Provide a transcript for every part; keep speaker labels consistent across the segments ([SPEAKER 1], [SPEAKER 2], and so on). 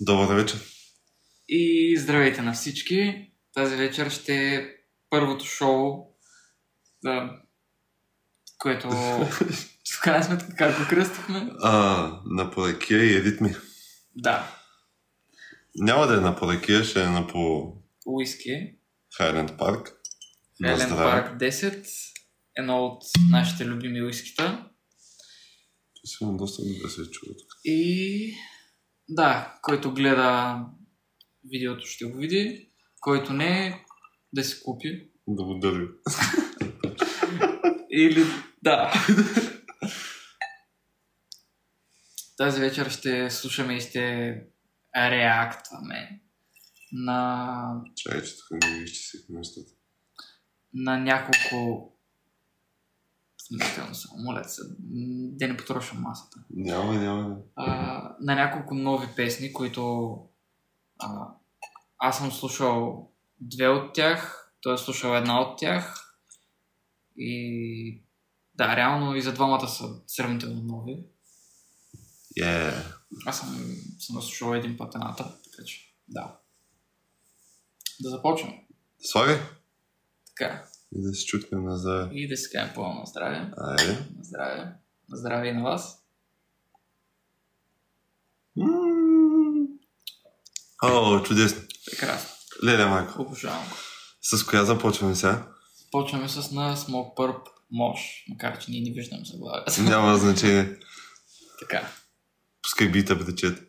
[SPEAKER 1] Добър вечер.
[SPEAKER 2] И здравейте на всички. Тази вечер ще е първото шоу, да, което в крайна сметка как го кръстихме.
[SPEAKER 1] А, на поракия и ритми.
[SPEAKER 2] Да,
[SPEAKER 1] Няма да е на поракия, ще е на по
[SPEAKER 2] уиски.
[SPEAKER 1] Хайленд парк. На
[SPEAKER 2] Елен
[SPEAKER 1] здраве.
[SPEAKER 2] Парк 10. Едно от нашите любими уискита.
[SPEAKER 1] Сигурно доста добре се чува тук.
[SPEAKER 2] И да, който гледа видеото ще го види, който не, да си купи.
[SPEAKER 1] Да го дърви.
[SPEAKER 2] Или да. Тази вечер ще слушаме и ще реактваме на,
[SPEAKER 1] Чай, че тук не изчистих нещата.
[SPEAKER 2] на няколко... Внимателно само, моля се, м, да не потрошам масата.
[SPEAKER 1] Няма, няма. няма.
[SPEAKER 2] а, на няколко нови песни, които а, аз съм слушал две от тях, той е слушал една от тях и да, реално и за двамата са сравнително нови.
[SPEAKER 1] Yeah.
[SPEAKER 2] Аз съм, съм я слушал един път едната, така че да. Да започвам.
[SPEAKER 1] Слагай.
[SPEAKER 2] Така.
[SPEAKER 1] И да се чукнем назад.
[SPEAKER 2] И да си кажем пълно здраве.
[SPEAKER 1] Айде.
[SPEAKER 2] На здраве. На здраве и на вас.
[SPEAKER 1] М. О, чудесно.
[SPEAKER 2] Прекрасно.
[SPEAKER 1] Леле, майко.
[SPEAKER 2] Обожавам. го.
[SPEAKER 1] С коя започваме сега?
[SPEAKER 2] Почваме с на Smoke Purp Mosh, макар че ние не виждам заглавията.
[SPEAKER 1] Няма значение.
[SPEAKER 2] така.
[SPEAKER 1] Пускай бита причет.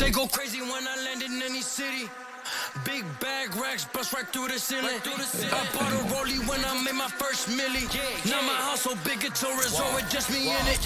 [SPEAKER 3] They go crazy when I land in any city. Big bag racks bust right through the ceiling. I bought a rollie when I made my first milli. now my house so big it's a resort with just me in it.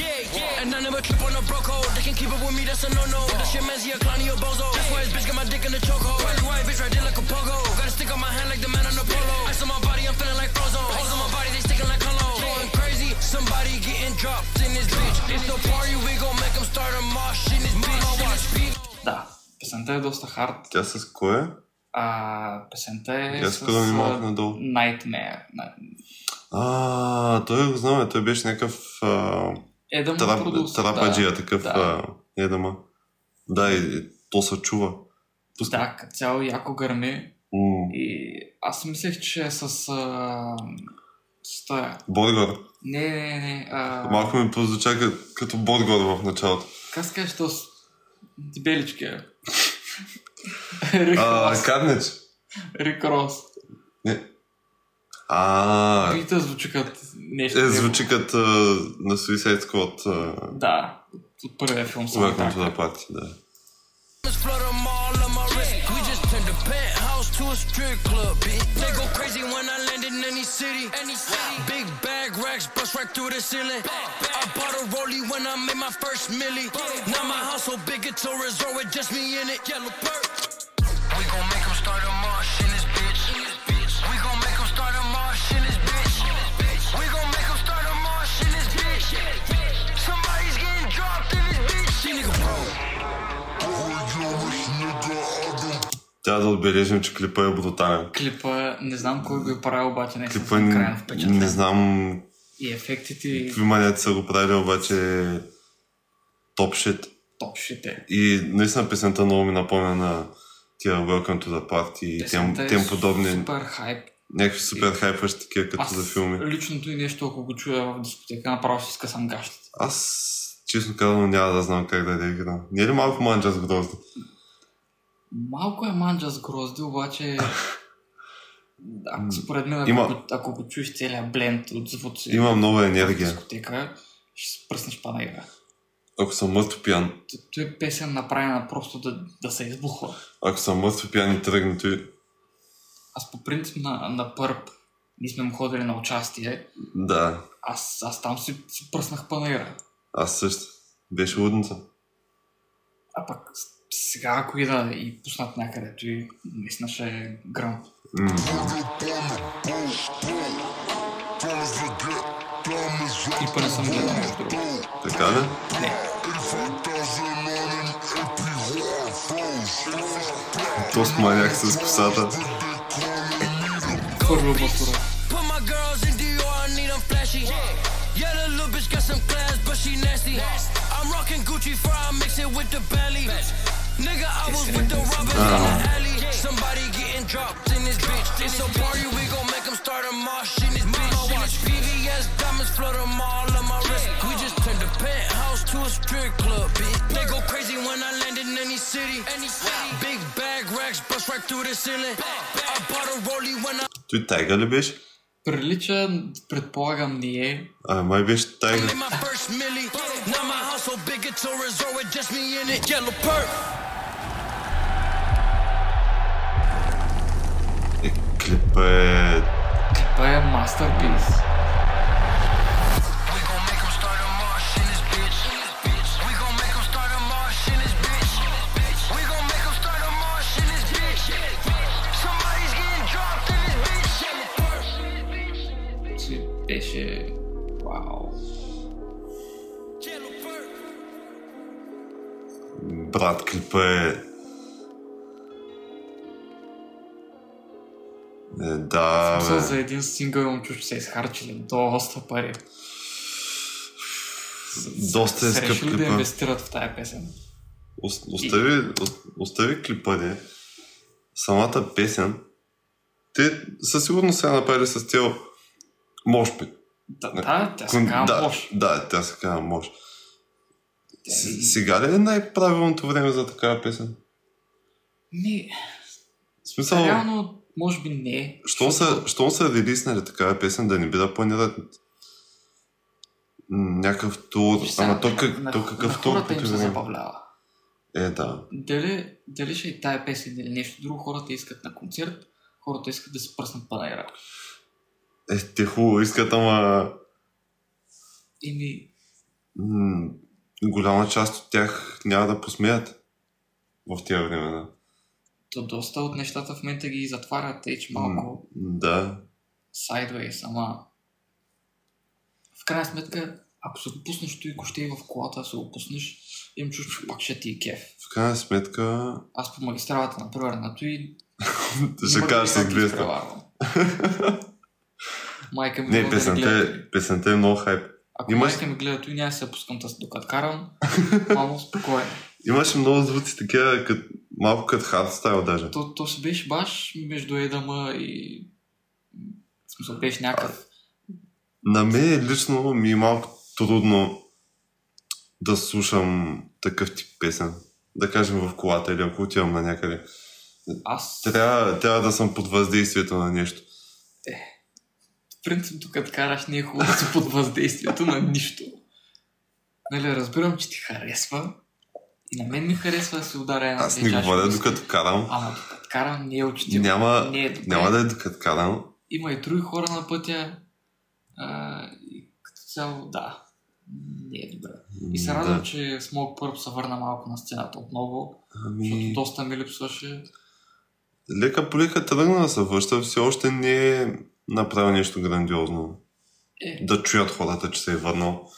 [SPEAKER 3] And I never clip on a bro code. They can keep up with me, that's a no-no. That shit messy, a clowny, a bozo. That's why his bitch got my dick in the chokehold. Probably why his bitch right there like a pogo. Got a stick on my hand like the man on the polo. Ice on my body, I'm feeling like Frozo. Holes on my body, they sticking like cologne. Going crazy, somebody getting dropped in this bitch. It's the party, we gon' make 'em start a mosh in this bitch. My watch beat.
[SPEAKER 2] Да, песента е доста хард.
[SPEAKER 1] Тя с кое?
[SPEAKER 2] А, песента е
[SPEAKER 1] Тя
[SPEAKER 2] с
[SPEAKER 1] скоро ми малко
[SPEAKER 2] а,
[SPEAKER 1] надолу.
[SPEAKER 2] Nightmare. на-
[SPEAKER 1] А, той го знаме, той беше някакъв а,
[SPEAKER 2] Едъм
[SPEAKER 1] трап,
[SPEAKER 2] продуса,
[SPEAKER 1] трападжия, е такъв
[SPEAKER 2] да.
[SPEAKER 1] а, едама. Да, и, и то се чува.
[SPEAKER 2] Да, да като цяло яко гърми.
[SPEAKER 1] М,
[SPEAKER 2] И аз мислех, че е с... А, с тая.
[SPEAKER 1] Боргор.
[SPEAKER 2] Не, не, не. А,
[SPEAKER 1] Малко ми прозвуча като, като Боргор в началото.
[SPEAKER 2] Как се казваш, то с... Дебелички е.
[SPEAKER 1] А,
[SPEAKER 2] Рикрос.
[SPEAKER 1] Карнич.
[SPEAKER 2] Рикрос.
[SPEAKER 1] Не. А,
[SPEAKER 2] И да звучи като нещо.
[SPEAKER 1] е,
[SPEAKER 2] негово.
[SPEAKER 1] звучи като на Suicide Squad. а,
[SPEAKER 2] Да. От първия филм съм
[SPEAKER 1] Welcome to
[SPEAKER 2] така.
[SPEAKER 1] the party, да.
[SPEAKER 3] Diamonds flood 'em all on my wrist. We just turned the penthouse to a strip club, bitch. They go crazy when I land in any city. Any city. Big bag racks bust right through the ceiling. I bought a rollie when I made my first milli. Now my house so big it's a resort with just me in it. Yellow bird. We gon' make 'em start a march in this bitch. We gon' make 'em start a march in this bitch. We gon' make 'em start a march in this bitch. Somebody's getting dropped in this bitch. nigga broke.
[SPEAKER 1] Трябва да отбележим, че клипа е брутален.
[SPEAKER 2] Клипа, не знам кой го е правил, обаче не съм
[SPEAKER 1] Клипа
[SPEAKER 2] крайно
[SPEAKER 1] не,
[SPEAKER 2] впечатлен.
[SPEAKER 1] не знам
[SPEAKER 2] И ефектите, и
[SPEAKER 1] какви манията са го правили, обаче е топ шит.
[SPEAKER 2] топшите.
[SPEAKER 1] И наистина песента много ми напомня на тия Welcome to the Party и тем,
[SPEAKER 2] Песента е
[SPEAKER 1] тем подобни,
[SPEAKER 2] Супер хайп.
[SPEAKER 1] някакви супер хайпващи такива, като
[SPEAKER 2] Аз
[SPEAKER 1] за филми.
[SPEAKER 2] личното и нещо, ако го чуя в дискотека, направо си скъсам гащата.
[SPEAKER 1] Аз, честно казвам, няма да знам как да реагирам. Не е ли малко манджа с грозда?
[SPEAKER 2] Малко е манджа с грозди, обаче... Ако според мен, ако,
[SPEAKER 1] Има-
[SPEAKER 2] го, ако го чуеш целият бленд от звуци
[SPEAKER 1] Има много
[SPEAKER 2] в
[SPEAKER 1] енергия.
[SPEAKER 2] дискотека, ще се пръснеш па на игра.
[SPEAKER 1] Ако съм мъртво пиян,
[SPEAKER 2] Т- Той е песен направена просто да, да се избухва.
[SPEAKER 1] ако съм мъртво пиян и тръгна той,
[SPEAKER 2] Аз по принцип на, на пърп, ние сме му ходили на участие,
[SPEAKER 1] да,
[SPEAKER 2] аз, аз там си, си пръснах панаира.
[SPEAKER 1] аз също. Беше лудница.
[SPEAKER 2] А пък с- сега, ако ида и пуснат някъде, той наистина ще е гръм. Клипа не съм гледал между другото.
[SPEAKER 1] Така ли? Тост маняк с косата.
[SPEAKER 2] Първо басура.
[SPEAKER 3] Put my girls in Dior, I need 'em flashy. Yeah, the little bitch got some class, but she nasty. I'm rocking Gucci fry, I mix it with the belly. any city. Any city. Big bag racks bust right through the ceiling. I bought a rollie when I
[SPEAKER 1] Той Тайга ли беше?
[SPEAKER 2] Прилича, предполагам, не е.
[SPEAKER 1] А, май беше Тайга.
[SPEAKER 3] made my first milli. Now my house so big it's a resort with just me in it. Yellow perk.
[SPEAKER 1] Е, клипа е...
[SPEAKER 2] Това е мастерпис.
[SPEAKER 3] We gon' make 'em start a march in this bitch. We gon' make 'em start a march in this bitch. We gon' make 'em start a march in this bitch. Somebody's getting dropped in this bitch.
[SPEAKER 2] Че Значи, беше... Вау.
[SPEAKER 3] Yellow perk.
[SPEAKER 1] Брат, клипа е... е да,
[SPEAKER 2] Мисля,
[SPEAKER 1] бе.
[SPEAKER 2] за един сингъл момчу ще се е изхарчили доста пари.
[SPEAKER 1] Доста е скъп
[SPEAKER 2] Срещу ли да
[SPEAKER 1] клипа.
[SPEAKER 2] инвестират в тая песен?
[SPEAKER 1] Ос- Остави, о- остави клипа, не. Самата песен. Те със сигурност са я направили с цел мошпит.
[SPEAKER 2] Да,
[SPEAKER 1] Не.
[SPEAKER 2] да, тя се казва
[SPEAKER 1] да,
[SPEAKER 2] лош.
[SPEAKER 1] да, тя се казва мож. С- Сега ли е най-правилното време за такава песен?
[SPEAKER 2] Ми,
[SPEAKER 1] В смисъл,
[SPEAKER 2] реално, може би не.
[SPEAKER 1] щом са, щом са релиснали такава песен, да не би да планират м, някакъв тур.
[SPEAKER 2] Виж сега,
[SPEAKER 1] Ама то, как,
[SPEAKER 2] на-
[SPEAKER 1] то какъв
[SPEAKER 2] на
[SPEAKER 1] тур?
[SPEAKER 2] хората им
[SPEAKER 1] като
[SPEAKER 2] се
[SPEAKER 1] и да е.
[SPEAKER 2] забавлява.
[SPEAKER 1] Е, да.
[SPEAKER 2] Дали, дали ще и тая песен или нещо друго, хората искат на концерт, хората искат да се пръснат панера.
[SPEAKER 1] Е, те хубаво искат, ама
[SPEAKER 2] Еми,
[SPEAKER 1] м, голяма част от тях няма да посмеят в тия времена.
[SPEAKER 2] то доста от нещата в момента ги затварят, тъй че малко
[SPEAKER 1] Да.
[SPEAKER 2] sideways, ама в крайна сметка, ако се допуснеш той, ако ще и в колата, се го пуснеш, им чуш, че пак ще ти е кеф.
[SPEAKER 1] В крайна сметка,
[SPEAKER 2] Аз по магистралата, например, на той...
[SPEAKER 1] ще
[SPEAKER 2] няма
[SPEAKER 1] кажеш с
[SPEAKER 2] как да
[SPEAKER 1] 200.
[SPEAKER 2] изпреварвам. Майка ми
[SPEAKER 1] Не,
[SPEAKER 2] може да
[SPEAKER 1] песента
[SPEAKER 2] гледа
[SPEAKER 1] е,
[SPEAKER 2] той.
[SPEAKER 1] песента е много хайп.
[SPEAKER 2] Ако
[SPEAKER 1] Имаш-
[SPEAKER 2] майка ми гледа той, няма да се пускам тъс, докато карам. Мамо, спокойно.
[SPEAKER 1] Имаше много звуци такива, кът, малко като хардстайл даже.
[SPEAKER 2] То, то си беше баш между Едама и... В смисъл, беше някакъв...
[SPEAKER 1] На мен лично ми е малко трудно да слушам такъв тип песен. Да кажем в колата или ако отивам на някъде.
[SPEAKER 2] Аз,
[SPEAKER 1] Трябва, трябва да съм под въздействието на нещо.
[SPEAKER 2] в принцип, докато караш, не е хубаво да си под въздействието на нищо. Нали, разбирам, че ти харесва. И на мен ми харесва да се ударя една
[SPEAKER 1] Аз не
[SPEAKER 2] чаши
[SPEAKER 1] говоря
[SPEAKER 2] виски.
[SPEAKER 1] докато карам.
[SPEAKER 2] Ама докато карам, не е очевидно.
[SPEAKER 1] Няма,
[SPEAKER 2] не е добре.
[SPEAKER 1] няма да е докато карам.
[SPEAKER 2] Има и други хора на пътя. А, и като цяло, да. Не е добре. И се радвам,
[SPEAKER 1] Да.
[SPEAKER 2] че Смок Пърп се върна малко на сцената отново, защото
[SPEAKER 1] Ами,
[SPEAKER 2] доста ми липсваше.
[SPEAKER 1] лека по лека тръгна да се връща. Все още не е направил нещо грандиозно.
[SPEAKER 2] Е,
[SPEAKER 1] Да чуят хората, че се е върнал.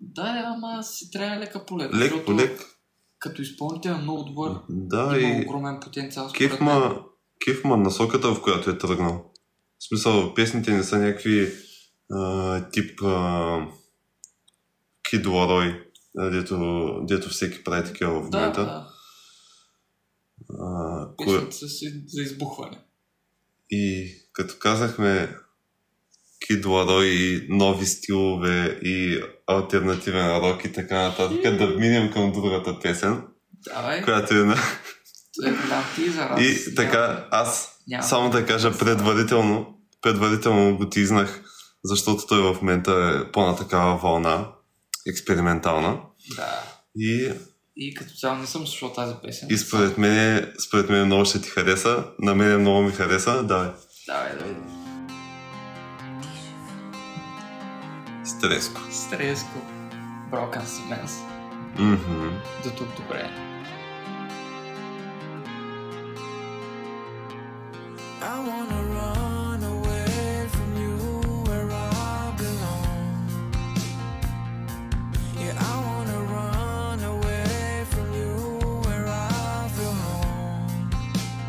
[SPEAKER 2] Да, е, ама си трябва лека по лека.
[SPEAKER 1] Лек
[SPEAKER 2] защото
[SPEAKER 1] по лек.
[SPEAKER 2] Като изпълнител е много добър.
[SPEAKER 1] Да,
[SPEAKER 2] Има
[SPEAKER 1] и...
[SPEAKER 2] огромен потенциал. според мен.
[SPEAKER 1] Кефма, кефма насоката, в която е тръгнал. В смисъл, песните не са някакви а, тип а, Кид Ларой, а, дето, дето всеки прави такива в
[SPEAKER 2] Да,
[SPEAKER 1] момента.
[SPEAKER 2] да.
[SPEAKER 1] А, кое...
[SPEAKER 2] Песните са си за избухване.
[SPEAKER 1] И като казахме Кид Ларой и нови стилове и альтернативен рок и така нататък, да минем към другата песен,
[SPEAKER 2] Давай,
[SPEAKER 1] която е на...
[SPEAKER 2] е голям тизър. аз
[SPEAKER 1] И така, аз
[SPEAKER 2] Няма.
[SPEAKER 1] Само да кажа предварително, предварително го тизнах, защото той в момента е по-на такава вълна, експериментална.
[SPEAKER 2] Да.
[SPEAKER 1] И,
[SPEAKER 2] И като цяло не съм слушал тази песен.
[SPEAKER 1] и според, мен, според мен много ще ти хареса. На мен много ми хареса. Давай.
[SPEAKER 2] Давай, давай.
[SPEAKER 1] Стреско.
[SPEAKER 2] Стреско. Broken Cements.
[SPEAKER 1] Мгм.
[SPEAKER 2] До тук добре.
[SPEAKER 3] I wanna run away from you where I belong. Yeah, I wanna run away from you where I feel home.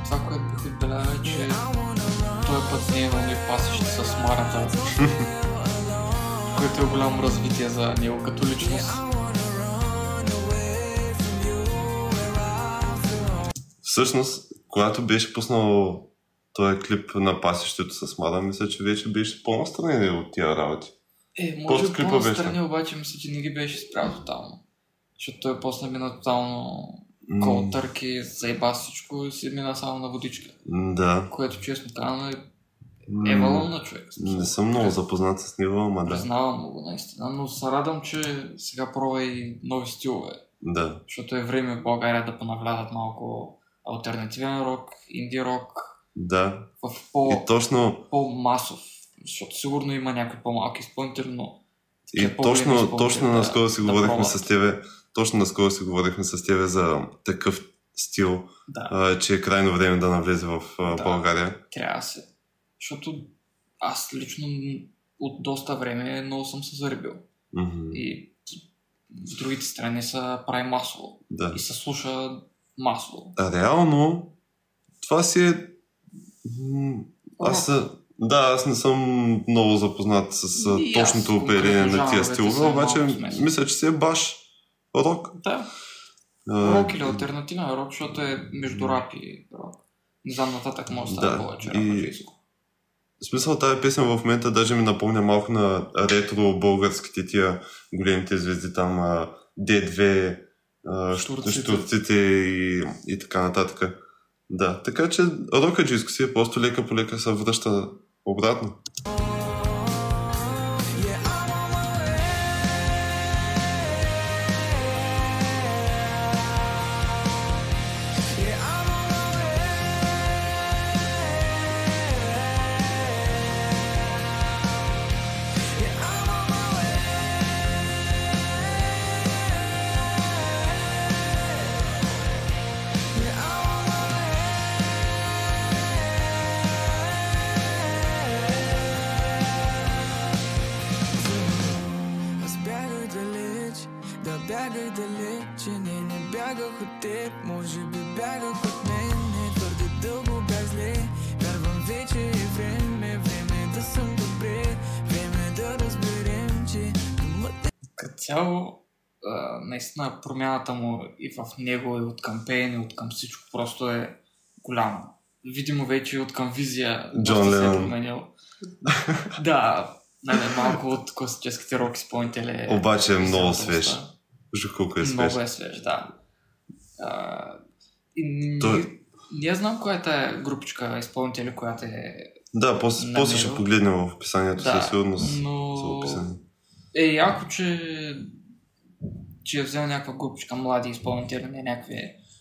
[SPEAKER 2] Това, което бих отбелязал, е, че
[SPEAKER 3] I wanna run
[SPEAKER 2] този път не е имал ни пасище с Марата, което е голямо развитие за него като личност.
[SPEAKER 1] Всъщност, когато беше пуснал този клип на пасището с Мада, мисля, че вече беше по-настрани от тия работи.
[SPEAKER 2] Е,
[SPEAKER 1] После
[SPEAKER 2] може
[SPEAKER 1] клипа
[SPEAKER 2] по-настрани, обаче мисля, че не ги беше спрял тотално. Защото той после мина тотално кол търки, заеба всичко и си мина само на водичка.
[SPEAKER 1] М, Да.
[SPEAKER 2] Което честно казано е
[SPEAKER 1] М,
[SPEAKER 2] е валом на човек.
[SPEAKER 1] Не съм много запознат с него, ама да.
[SPEAKER 2] Признавам му го наистина, но се радвам, че сега пробва и нови стилове.
[SPEAKER 1] Да.
[SPEAKER 2] Защото е време в България да понагледат малко альтернативен рок, инди рок,
[SPEAKER 1] Да.
[SPEAKER 2] в
[SPEAKER 1] И
[SPEAKER 2] по,
[SPEAKER 1] точно,
[SPEAKER 2] по-масов. Защото сигурно има някои по-малки изпълнители, но
[SPEAKER 1] и
[SPEAKER 2] Все по-големи
[SPEAKER 1] точно,
[SPEAKER 2] изпълнители
[SPEAKER 1] точно
[SPEAKER 2] да-
[SPEAKER 1] наскоро си
[SPEAKER 2] да
[SPEAKER 1] говорихме
[SPEAKER 2] пробват.
[SPEAKER 1] с тебе. Точно наскоро си говорихме с тебе за такъв стил,
[SPEAKER 2] да,
[SPEAKER 1] а, че е крайно време да навлезе в а,
[SPEAKER 2] Да.
[SPEAKER 1] България.
[SPEAKER 2] трябва да се. Защото аз лично от доста време много съм се заребил.
[SPEAKER 1] Мгм.
[SPEAKER 2] И в другите страни са прави масово.
[SPEAKER 1] Да.
[SPEAKER 2] И се слуша масово.
[SPEAKER 1] А реално, това си е... м, Аз, са- да, аз не съм много запознат с а,
[SPEAKER 2] И аз,
[SPEAKER 1] точното оперение на
[SPEAKER 2] жанровете
[SPEAKER 1] тия
[SPEAKER 2] са
[SPEAKER 1] стилове,
[SPEAKER 2] малко
[SPEAKER 1] обаче
[SPEAKER 2] смесени.
[SPEAKER 1] мисля, че си е баш рок.
[SPEAKER 2] Да,
[SPEAKER 1] А,
[SPEAKER 2] рок или альтернативен рок, защото е между рап и рок. Не знам нататък може да
[SPEAKER 1] Да,
[SPEAKER 2] стане повече е рап
[SPEAKER 1] и-
[SPEAKER 2] и... физико.
[SPEAKER 1] В смисъл тази песен в момента даже ми напомня малко на ретро българските тия големите звезди там а, D2, а,
[SPEAKER 2] Штурците.
[SPEAKER 1] Штурците и, и така нататък. Да, така че рокаджиско си е просто лека по лека се връща обратно.
[SPEAKER 4] Аз бягах далеч, да бягах далеч, не, не бягах от теб, може би бягах от мен, не твърде дълго бях зле, вярвам вече е време, време да съм добре, време да разберем, че думата
[SPEAKER 2] Като цяло, а, наистина промяната му и в него, и от към пеене, и от към всичко просто е голяма. Видимо вече и от към визия
[SPEAKER 1] Джон
[SPEAKER 2] доста се е
[SPEAKER 1] Ленон.
[SPEAKER 2] променил. да, нали, малко от класическите рок изпълнители.
[SPEAKER 1] Обаче е много
[SPEAKER 2] Доста.
[SPEAKER 1] свеж. Виж колко е свеж.
[SPEAKER 2] Много е свеж, да. А, и не,
[SPEAKER 1] Той-
[SPEAKER 2] не знам коя е тая групичка изпълнители, която е...
[SPEAKER 1] Да, после,
[SPEAKER 2] на
[SPEAKER 1] после
[SPEAKER 2] него.
[SPEAKER 1] ще погледнем в описанието
[SPEAKER 2] Да,
[SPEAKER 1] със сигурност.
[SPEAKER 2] но...
[SPEAKER 1] са описани.
[SPEAKER 2] Е яко, че, че е взел някаква групичка млади изпълнители, не някакви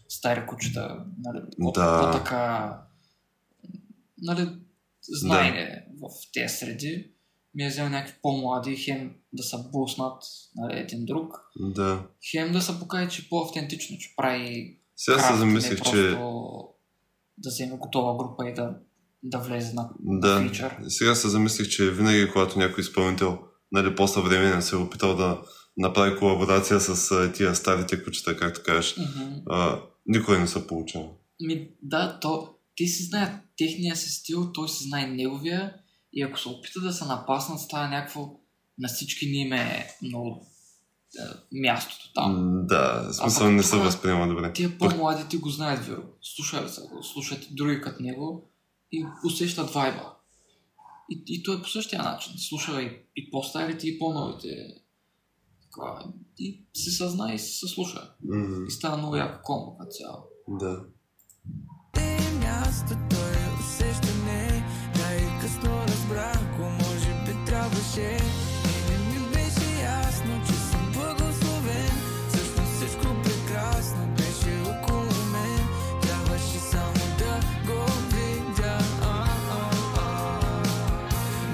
[SPEAKER 2] стари кучета, нали, по-
[SPEAKER 1] Да.
[SPEAKER 2] по-така, нали, знайне в тези среди. Ми е взел някакви по-млади, хем да са буснат нали, един друг,
[SPEAKER 1] Да.
[SPEAKER 2] хем да се покаже, че е по-автентично, че прави
[SPEAKER 1] Сега се
[SPEAKER 2] крафт,
[SPEAKER 1] замислих, че...
[SPEAKER 2] не просто да вземе готова група и да, да влезе на
[SPEAKER 1] Да.
[SPEAKER 2] фичър.
[SPEAKER 1] Сега се замислих, че винаги, когато някой изпълнител, нали, по-съвременен се е опитал да направи колаборация с а, тия старите кучета, както кажеш,
[SPEAKER 2] Мгм.
[SPEAKER 1] а, никой не се получава.
[SPEAKER 2] Ми, да, то, те си знаят техния си стил, той си знае неговия и ако се опита да се напаснат, става някакво на всички ни им е много е, мястото там.
[SPEAKER 1] М, Да, в смисъл
[SPEAKER 2] пък
[SPEAKER 1] не се
[SPEAKER 2] това- е
[SPEAKER 1] възприема добре.
[SPEAKER 2] Тия по-младите го знаят, Веро. Слушали са го, слушат и други като него и усещат вайба. И, и той е по същия начин. Слуша и, и по-старите, и по-новите. Така, и се съзнае и се слуша.
[SPEAKER 1] М,
[SPEAKER 2] И става много яко комбо като цяло.
[SPEAKER 1] Да.
[SPEAKER 4] е мястото е усещане, да и късно разбрах, ако може би трябваше. И не ми беше ясно, че съм благословен, всъщност всичко прекрасно беше около мен. Трябваше само да го видя. а, а, а.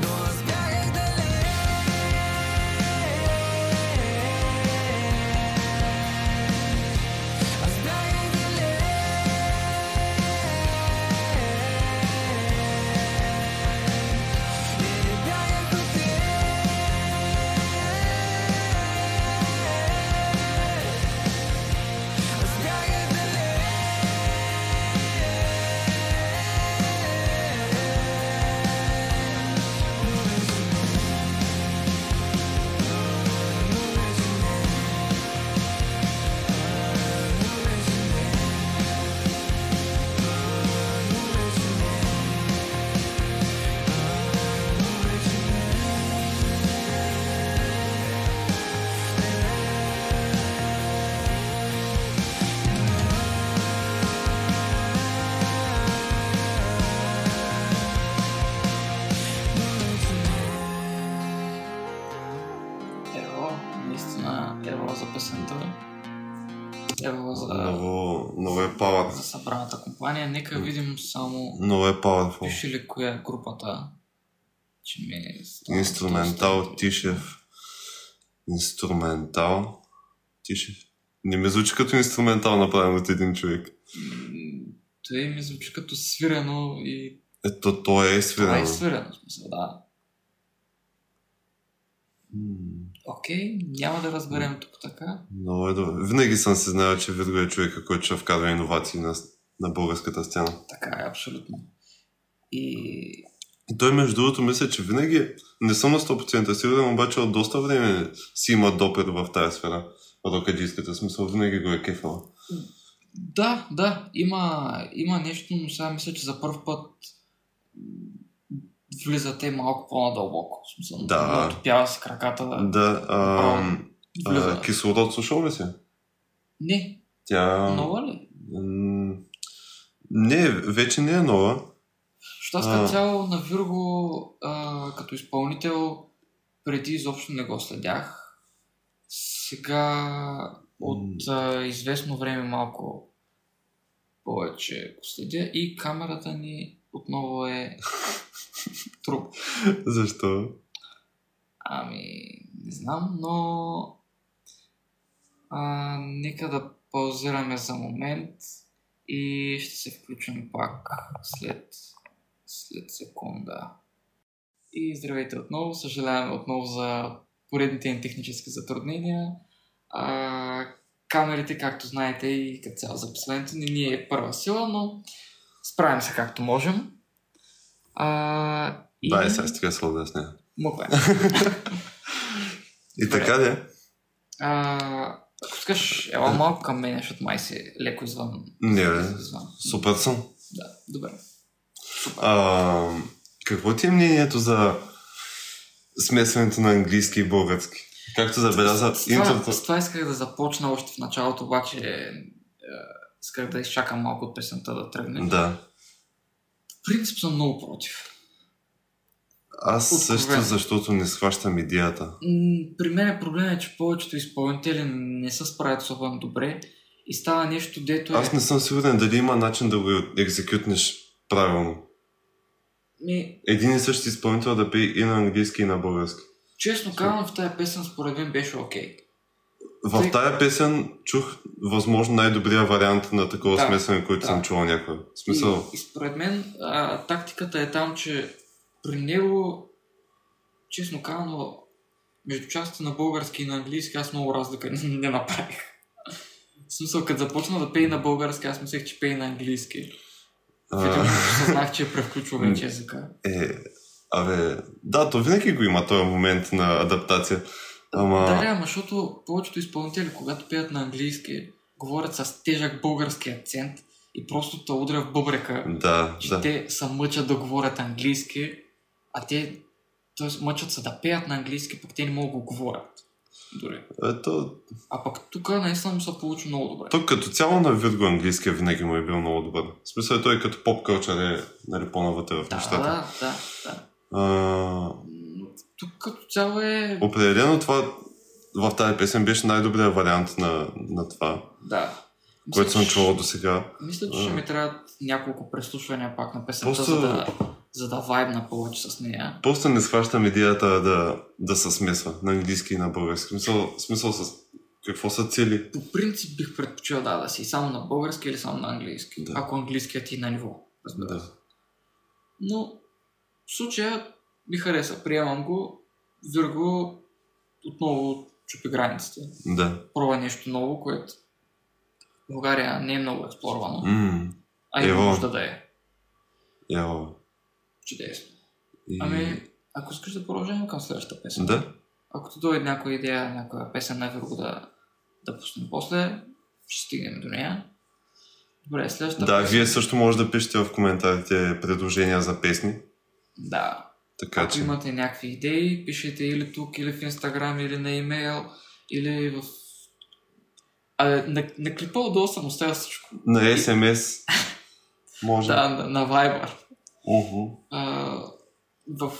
[SPEAKER 4] Но аз бягах далеч. Аз бягах далеч. Не бягах от теб.
[SPEAKER 2] е Ево Е за,
[SPEAKER 1] Много, много е пауър.
[SPEAKER 2] за събраната компания. Нека видим само
[SPEAKER 1] Много е пауърфул.
[SPEAKER 2] пише ли коя е групата, че ми е... стана
[SPEAKER 1] Инструментал
[SPEAKER 2] доста-
[SPEAKER 1] Тишев. Инструментал Тишев. Не ми звучи като инструментал направен от един човек.
[SPEAKER 2] М, Той ми звучи като свирено и
[SPEAKER 1] Ето, то е
[SPEAKER 2] това е
[SPEAKER 1] свирено.
[SPEAKER 2] свирено, в смисъл, да.
[SPEAKER 1] М,
[SPEAKER 2] Окей, няма да разберем тук така.
[SPEAKER 1] Много е добре. Винаги съм се знаел, че Вирго е човека, който ще вкарва иновации на, на българската сцена.
[SPEAKER 2] Така е, абсолютно. И
[SPEAKER 1] И той, между другото, мисля, че винаги, не съм на 100% сигурен, обаче от доста време си има допер в тази сфера. Рокаджийската смисъл винаги го е кефала.
[SPEAKER 2] да, да, има, има нещо, но сега мисля, че за първ път м, влизате малко по-надълбоко. В смисъл,
[SPEAKER 1] Да.
[SPEAKER 2] Отопява се краката. Да.
[SPEAKER 1] Да, а,
[SPEAKER 2] Влиза.
[SPEAKER 1] а, кислород слушал ли си?
[SPEAKER 2] Не,
[SPEAKER 1] Тя...
[SPEAKER 2] нова ли?
[SPEAKER 1] М, Не, вече не е нова.
[SPEAKER 2] Що аз
[SPEAKER 1] А.
[SPEAKER 2] като цяло на Вирго а, като изпълнител преди изобщо не го следях. Сега от а, известно време малко повече го следя и камерата ни отново е труп.
[SPEAKER 1] Защо?
[SPEAKER 2] Ами, не знам, но а, нека да паузираме за момент и ще се включим пак след, след секунда. И здравейте отново, съжалявам отново за поредните ни технически затруднения. А, камерите, както знаете и като цяло записването не ни е първа сила, но справим се както можем. А, и...
[SPEAKER 1] Да, е, сега стига се обясня.
[SPEAKER 2] Муквай.
[SPEAKER 1] И
[SPEAKER 2] Добре.
[SPEAKER 1] така е? де.
[SPEAKER 2] А, ако искаш, ела малко към мен, защото май си леко извън.
[SPEAKER 1] Не, бе.
[SPEAKER 2] Извън.
[SPEAKER 1] Супер съм.
[SPEAKER 2] Да, добре.
[SPEAKER 1] А, какво ти е мнението за смесването на английски и български? Както забеляза,
[SPEAKER 2] С това,
[SPEAKER 1] интрото...
[SPEAKER 2] с това исках да започна още в началото, обаче е, исках да изчакам малко от песента да тръгне.
[SPEAKER 1] Да.
[SPEAKER 2] В принцип съм много против.
[SPEAKER 1] Аз
[SPEAKER 2] Откровено.
[SPEAKER 1] също, защото не схващам идеята.
[SPEAKER 2] М, При мен е проблемът, че повечето изпълнители не се справят особено добре и става нещо, дето е...
[SPEAKER 1] Аз не съм сигурен дали има начин да го екзекютнеш правилно.
[SPEAKER 2] Ми,
[SPEAKER 1] Един и същи изпълнител да пее и на английски, и на български.
[SPEAKER 2] честно казвам, в тази песен според мен беше окей.
[SPEAKER 1] В
[SPEAKER 2] Тъй-
[SPEAKER 1] тая песен чух, възможно, най-добрия вариант на такова
[SPEAKER 2] Да,
[SPEAKER 1] смесване, който
[SPEAKER 2] да.
[SPEAKER 1] съм чувал някога. В смисъл,
[SPEAKER 2] И, и според мен а, тактиката е там, че при него, честно казано, между частите на български и на английски аз много разлика не, не направих. В смисъл, като започна да пее на български, аз мислех, че пее на английски. В един
[SPEAKER 1] а,
[SPEAKER 2] момент осъзнах, че е превключил вече езика.
[SPEAKER 1] е... Абе, да, то винаги го има този момент на адаптация. Ама...
[SPEAKER 2] Е, Да, ама защото повечето изпълнители, когато пеят на английски, говорят с тежък български акцент и просто те удря в бъбрека.
[SPEAKER 1] Да,
[SPEAKER 2] че
[SPEAKER 1] да.
[SPEAKER 2] те се мъчат да говорят английски, а те т.е. мъчат се да пеят на английски, пък те не могат да го говорят. Дори.
[SPEAKER 1] Ето,
[SPEAKER 2] А пък тук наистина му се получи много добре.
[SPEAKER 1] то като цяло на Вирго английския винаги му е бил много добър. В смисъл той е като поп кълчър е нали, по-навътре в
[SPEAKER 2] да,
[SPEAKER 1] нещата.
[SPEAKER 2] да, да, да.
[SPEAKER 1] А,
[SPEAKER 2] Но Тук като цяло е...
[SPEAKER 1] определено това в тази песен беше най-добрият вариант на, на това,
[SPEAKER 2] Да. Мисля,
[SPEAKER 1] което съм
[SPEAKER 2] че-
[SPEAKER 1] чувал до сега.
[SPEAKER 2] Мисля, че ще
[SPEAKER 1] А.
[SPEAKER 2] ми трябват няколко преслушвания пак на песента,
[SPEAKER 1] Просто-
[SPEAKER 2] за, да, за да вайбна повече с нея.
[SPEAKER 1] Просто не схващам идеята да, да се смесва на английски и на български. Смисъл, смисъл с какво са цели.
[SPEAKER 2] По принцип бих предпочел да, да си само на български или само на английски.
[SPEAKER 1] Да.
[SPEAKER 2] Ако английският ти е на ниво. Разбира се.
[SPEAKER 1] Да.
[SPEAKER 2] Но в случая ми хареса, приемам го. Вирго отново чупи границите.
[SPEAKER 1] да.
[SPEAKER 2] Пробва нещо ново, което в България не е много експлорвано,
[SPEAKER 1] М,
[SPEAKER 2] а и
[SPEAKER 1] ево.
[SPEAKER 2] нужда да е.
[SPEAKER 1] Йо.
[SPEAKER 2] Чудесно.
[SPEAKER 1] И...
[SPEAKER 2] Ами, ако искаш да продължим към следващата песен.
[SPEAKER 1] Да,
[SPEAKER 2] Ако ти дойде някоя идея, някоя песен на Вирго да, да пуснем после, ще стигнем до нея. Добре, следващата
[SPEAKER 1] да,
[SPEAKER 2] песен.
[SPEAKER 1] вие също може да пишете в коментарите предложения за песни.
[SPEAKER 2] Да,
[SPEAKER 1] Така
[SPEAKER 2] Ако
[SPEAKER 1] че...
[SPEAKER 2] имате някакви идеи, пишете или тук, или в Инстаграм, или на имейл, или в... А, на, на клипа отдолу съм оставил всичко.
[SPEAKER 1] На СМС. Може.
[SPEAKER 2] Да, на, на Viber.
[SPEAKER 1] Уху.
[SPEAKER 2] А, в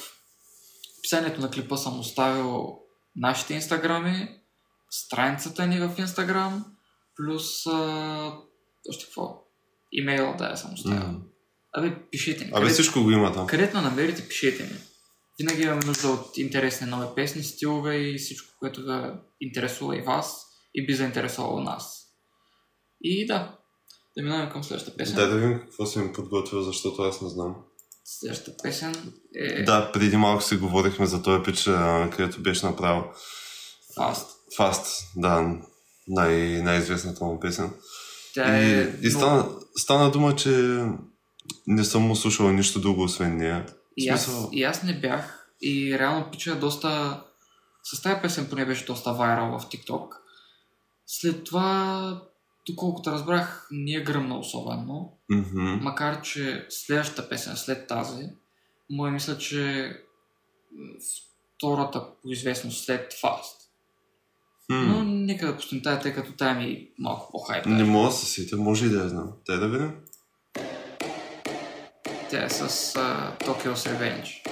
[SPEAKER 2] описанието на клипа съм оставил нашите инстаграми, страницата ни в Инстаграм, плюс а, още какво? Имейл, да, я съм оставил.
[SPEAKER 1] М.
[SPEAKER 2] Абе, пишете ми.
[SPEAKER 1] Абе,
[SPEAKER 2] Къде-
[SPEAKER 1] всичко го има там.
[SPEAKER 2] Където намерите, пишете ми. Винаги имаме нужда от интересни нови песни, стилове и всичко, което да интересува и вас и би заинтересувало нас. И да, да минаваме към следващата песен.
[SPEAKER 1] Дай да видим какво си им подготвил, защото аз не знам.
[SPEAKER 2] Следващата песен е
[SPEAKER 1] Да, преди малко си говорихме за този пич, а, където беше направил
[SPEAKER 2] Fast.
[SPEAKER 1] Fast, да, най- най-известната му песен.
[SPEAKER 2] Тя е...
[SPEAKER 1] и и
[SPEAKER 2] много-
[SPEAKER 1] стана, стана дума, че не съм му слушал нищо друго, освен нея.
[SPEAKER 2] И аз,
[SPEAKER 1] смисъл-
[SPEAKER 2] и аз не бях. И реално пича доста... С тази песен поне беше доста вайрал в TikTok. След това, доколкото разбрах, не е гръмна особено.
[SPEAKER 1] Мгм.
[SPEAKER 2] Макар, че следващата песен, след тази, му е мисля, че м, втората по известност след Fast.
[SPEAKER 1] Хм.
[SPEAKER 2] Но нека да пустим тая, тъй като тая ми е малко по-хайп.
[SPEAKER 1] Не мога да се сетя, може и да я знам. Дай да видим.
[SPEAKER 2] Тя е с uh, Tokyo's Revenge.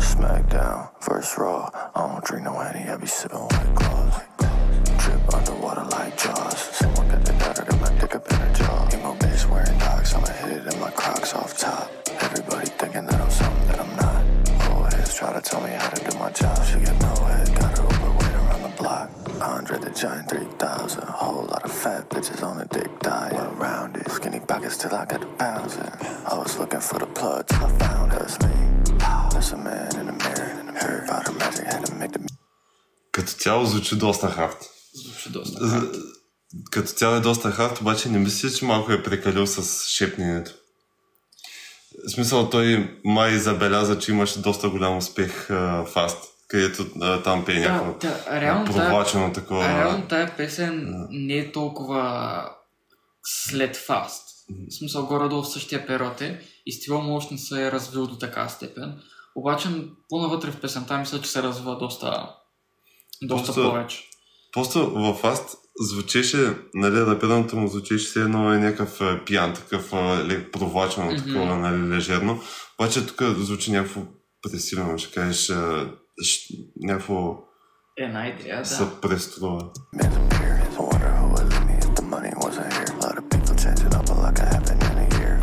[SPEAKER 5] Smackdown, first raw. I don't drink no honey, I be sipping white claws. Drip underwater like jaws. Someone got the daughter that my dick up in her jaw. Emo bitch wearing dogs, I'ma hit it in my crocs off top. Everybody thinking that I'm something that I'm not. Whole heads try to tell me how to do my job. She got no head, got her overweight around the block. Andre the Giant 3000, whole lot of fat bitches on a dick diet. Well rounded, skinny pockets till I got the pounds in. I was looking for the plug till I found us. There's a man in the mirror, heard about her magic, had to make the
[SPEAKER 1] Като цяло звучи доста хард.
[SPEAKER 2] Звучи доста.
[SPEAKER 1] За- Като цяло е доста хард, обаче не мисля, че малко е прекалил с шепненето. В смисъл, той май забеляза, че имаше доста голям успех а, фаст, където а, там пее
[SPEAKER 2] Да,
[SPEAKER 1] някакво
[SPEAKER 2] да,
[SPEAKER 1] а,
[SPEAKER 2] реално тая
[SPEAKER 1] провлачено такова.
[SPEAKER 2] А реално тая песен не е толкова след фаст. В смисъл, горе-долу в същия период е и стила му още не се е развил до така степен. Обаче по-навътре в песента мисля, че се развива доста, доста
[SPEAKER 1] Доста-
[SPEAKER 2] повече.
[SPEAKER 1] Просто във Фаст звучеше, нали, рапирането му звучеше все едно е някакъв е, пиян, такъв е, лек провлачено,
[SPEAKER 2] Мгм.
[SPEAKER 1] такова, нали, лежерно. Обаче тук звучи някакво пресилено, ще кажеш, е, ш- някакво
[SPEAKER 2] Една Е, идея,
[SPEAKER 1] се
[SPEAKER 2] да.
[SPEAKER 1] преструва.
[SPEAKER 5] man's appearance. I wonder who would leave me if the money wasn't here. A lot of people changing up, but like I haven't in a year.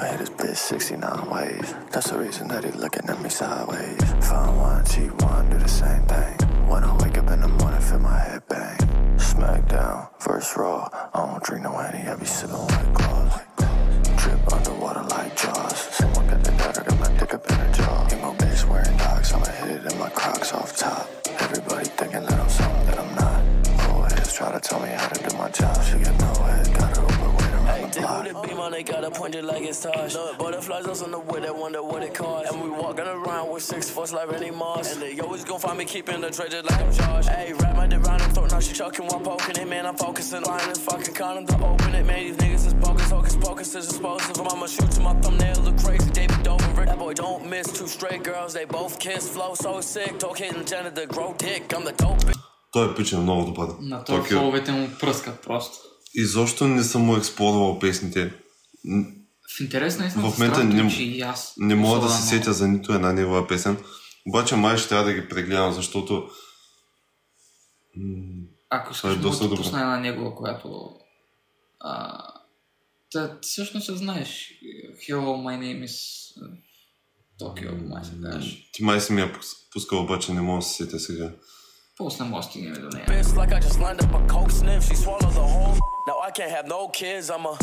[SPEAKER 5] I hit his bitch 69 ways. That's the reason that he looking at me sideways. Find one, cheat one, do the same thing. When I wake up in the morning, feel my head bang. Smackdown, first raw. I don't drink no honey, I be sipping white claws. Drip underwater like jaws. Someone got the daughter that my dick up in her jaw. Emo bitch wearing dogs, I'ma hit it in my crocs off top. Everybody thinking that I'm something that I'm not. Whole heads try to tell me how to do my job. She got no head, got her overweight around the
[SPEAKER 6] They
[SPEAKER 5] block.
[SPEAKER 6] hold the beam on, they got a pointed like it's Taj. Butterflies us on the wood, they wonder what it costs. And we walking around with six force like Randy Moss. And they always gon' find me keeping the treasure like I'm Josh. Hey, wrap my dick round her throat, now she chucking while poking it, man. I'm focusing on this fucking condom to open it, man. These niggas is bogus, hocus pocus is explosive. I'ma shoot to my thumbnail, look crazy. David Dover, Rick. That boy don't miss two straight girls, they both kiss. Flow so sick, talk hidden Jenna, the grow dick. I'm the dope bitch.
[SPEAKER 1] Той е пичен много добър.
[SPEAKER 2] На този
[SPEAKER 1] Токио.
[SPEAKER 2] фоловете му пръскат просто.
[SPEAKER 1] Изобщо не съм му експлорвал песните. Н-
[SPEAKER 2] В интерес на истината,
[SPEAKER 1] В момента
[SPEAKER 2] странното е,
[SPEAKER 1] не-
[SPEAKER 2] че и аз.
[SPEAKER 1] Не мога да се
[SPEAKER 2] особено-
[SPEAKER 1] сетя за нито една негова песен. Обаче май ще трябва да ги прегледам, защото
[SPEAKER 2] Ако
[SPEAKER 1] е
[SPEAKER 2] искаш,
[SPEAKER 1] доста
[SPEAKER 2] доста да
[SPEAKER 1] добро.
[SPEAKER 2] пусна една негова, която... А, та, всъщност я знаеш. Hello, my name is... а, Tokyo, май се кажеш.
[SPEAKER 1] ти май си ми я пус- пускал, обаче не мога да се сетя сега.
[SPEAKER 2] После не може да стигнем до нея.
[SPEAKER 6] Bitch, like I just lined up a coke sniff, she swallowed the whole. Now I can't have no kids, I'm a.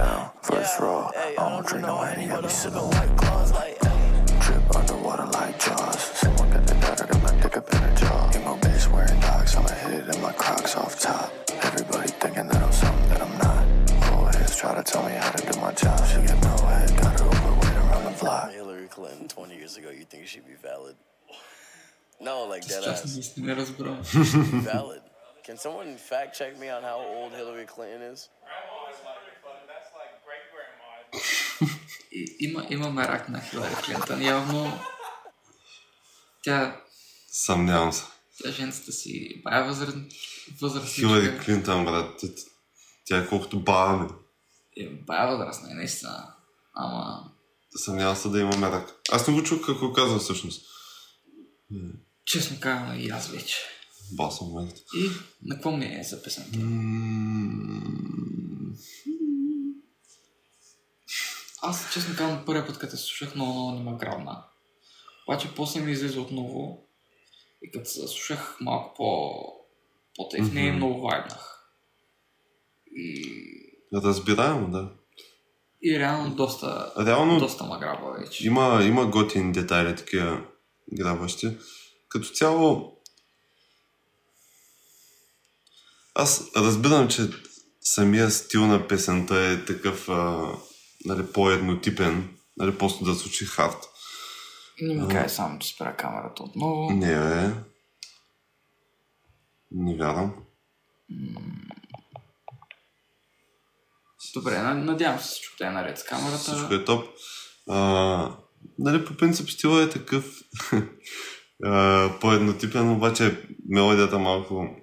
[SPEAKER 5] down. First raw, I don't drink no honey, I be sipping white claws like ayy. Drip underwater like jaws. Someone got the daughter that my dick up in her jaw. Emo bitch wearing dogs, I'ma hit it in my crocs off top. Everybody thinking that I'm something that I'm not. Whole heads try to tell me how to do my job. She got no head, got her overweight around the block.
[SPEAKER 6] Hillary Clinton 20 years ago, you think she'd be valid? No, like dead
[SPEAKER 2] Честно,
[SPEAKER 6] ass.
[SPEAKER 2] наистина не разбирам.
[SPEAKER 6] valid. Can someone fact check me on how old Hillary Clinton is?
[SPEAKER 7] Grandma is Hillary Clinton. That's like great grandma.
[SPEAKER 2] И- Има, имаме рак на Хилари Клинтън. Явно тя,
[SPEAKER 1] Съмнявам се.
[SPEAKER 2] тя женската си бая възраст,
[SPEAKER 1] Хилари
[SPEAKER 2] възрастничка.
[SPEAKER 1] Клинтън, брат. т- т- Тя е колкото баба ми.
[SPEAKER 2] Е, бая възрастна е, наистина. Ама
[SPEAKER 1] Съмнявам се да имаме рак. Аз не го чух какво казва всъщност.
[SPEAKER 2] Честно казвам и аз вече.
[SPEAKER 1] Бас в момента.
[SPEAKER 2] И на какво мнение е за песента?
[SPEAKER 1] М,
[SPEAKER 2] Аз честно казвам първия път, като я слушах, много, много не ме грабна. Обаче после ми излезе отново и като се слушах малко по... по-техне
[SPEAKER 1] Мгм.
[SPEAKER 2] много вайбнах. И,
[SPEAKER 1] Разбираемо, да.
[SPEAKER 2] и реално доста,
[SPEAKER 1] Реално-
[SPEAKER 2] доста ме грабва вече.
[SPEAKER 1] Има, има готини детайли, такива грабващи. Като цяло, аз разбирам, че самия стил на песента е такъв а, нали, по-еднотипен, нали, просто да звучи хард.
[SPEAKER 2] Не ми кажа само, че спира камерата отново.
[SPEAKER 1] Не е. Не вярвам.
[SPEAKER 2] Добре, на- надявам се всичко да е наред с
[SPEAKER 1] Всичко
[SPEAKER 2] камерата.
[SPEAKER 1] е топ. А, нали, по принцип стила е такъв а, по-еднотипен, обаче мелодията малко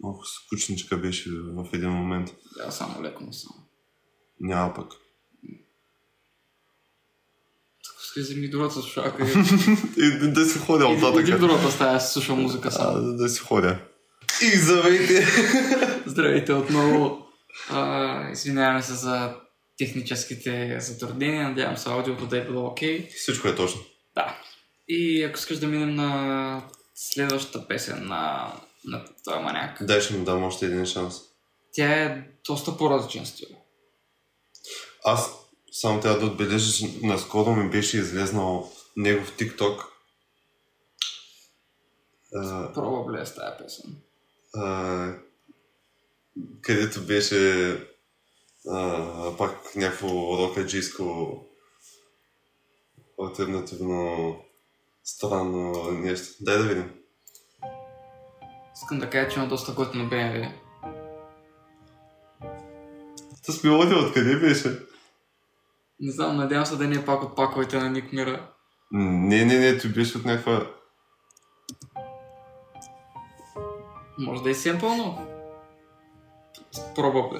[SPEAKER 1] малко скучничка беше в един момент.
[SPEAKER 2] Да, само леко не съм.
[SPEAKER 1] Няма пък.
[SPEAKER 2] Ски вземи другата слушалка и
[SPEAKER 1] И, да- да си ходя
[SPEAKER 2] и- иди в
[SPEAKER 1] оттатък.
[SPEAKER 2] другата стая, слушам музика
[SPEAKER 1] А,
[SPEAKER 2] само.
[SPEAKER 1] да, да си ходя. И здравейте!
[SPEAKER 2] Здравейте отново. А, извиняваме се за техническите затруднения. Надявам се аудиото да е било окей.
[SPEAKER 1] Всичко е точно.
[SPEAKER 2] Да. И ако искаш да минем на следващата песен на, на този маняк.
[SPEAKER 1] Дай ще му дам още един шанс.
[SPEAKER 2] Тя е доста по-различен стил.
[SPEAKER 1] Аз само трябва да отбележа, че наскоро ми беше излезнал негов тикток. А,
[SPEAKER 2] Пробабли е с тази песен.
[SPEAKER 1] а, където беше а, пак някакво рокаджийско альтернативно странно нещо. Дай да видим.
[SPEAKER 2] Искам да кажа, че има доста готино BMW.
[SPEAKER 1] С мелодия откъде беше?
[SPEAKER 2] Не знам, надявам се да не е пак от паковете на Ник Мира.
[SPEAKER 1] Не, не, не, ти беше от някаква...
[SPEAKER 2] Може да е семпъл, но... Пробабли.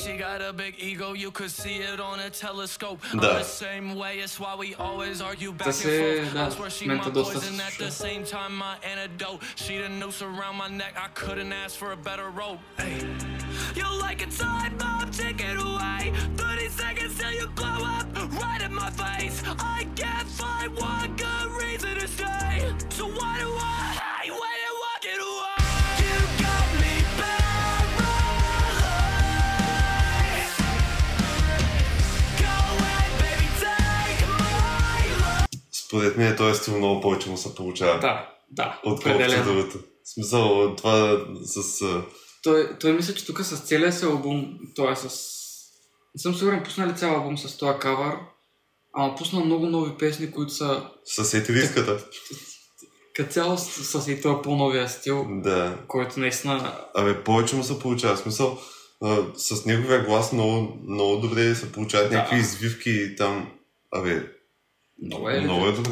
[SPEAKER 6] She got a big ego, you could see it on a telescope. I'm
[SPEAKER 1] Да.
[SPEAKER 6] the same way, it's why we always argue back and
[SPEAKER 2] се,
[SPEAKER 6] forth.
[SPEAKER 2] да,
[SPEAKER 6] I swear
[SPEAKER 2] в
[SPEAKER 6] she
[SPEAKER 2] момента
[SPEAKER 6] my
[SPEAKER 2] доста
[SPEAKER 6] poison at
[SPEAKER 2] слуша.
[SPEAKER 6] the same time, my antidote. She the noose around my neck, I couldn't ask for a better rope. Ay. You're like a time bomb, take it away. 30 seconds till you blow up, right in my face. I can't find one good reason to stay. So why do I wait and walk it away? You got me paralyzed. Go away, baby, take my life.
[SPEAKER 1] Според мен този стил много повече му се получава.
[SPEAKER 2] Да, да,
[SPEAKER 1] Отколкото другото. В смисъл, това с... а,
[SPEAKER 2] Той, той мисля, че тук с целия си албум, той е с... Не съм сигурен, пусна ли цял албум с този кавър, ама пусна много нови песни, които са
[SPEAKER 1] С етириската.
[SPEAKER 2] като цяло с, с и този по-новия стил,
[SPEAKER 1] Да.
[SPEAKER 2] който наистина...
[SPEAKER 1] Абе, повече му се получава. В Смисъл, а, с неговия глас много, много добре се получават
[SPEAKER 2] Да.
[SPEAKER 1] някакви извивки и там... Абе,
[SPEAKER 2] Много е...
[SPEAKER 1] много е добре.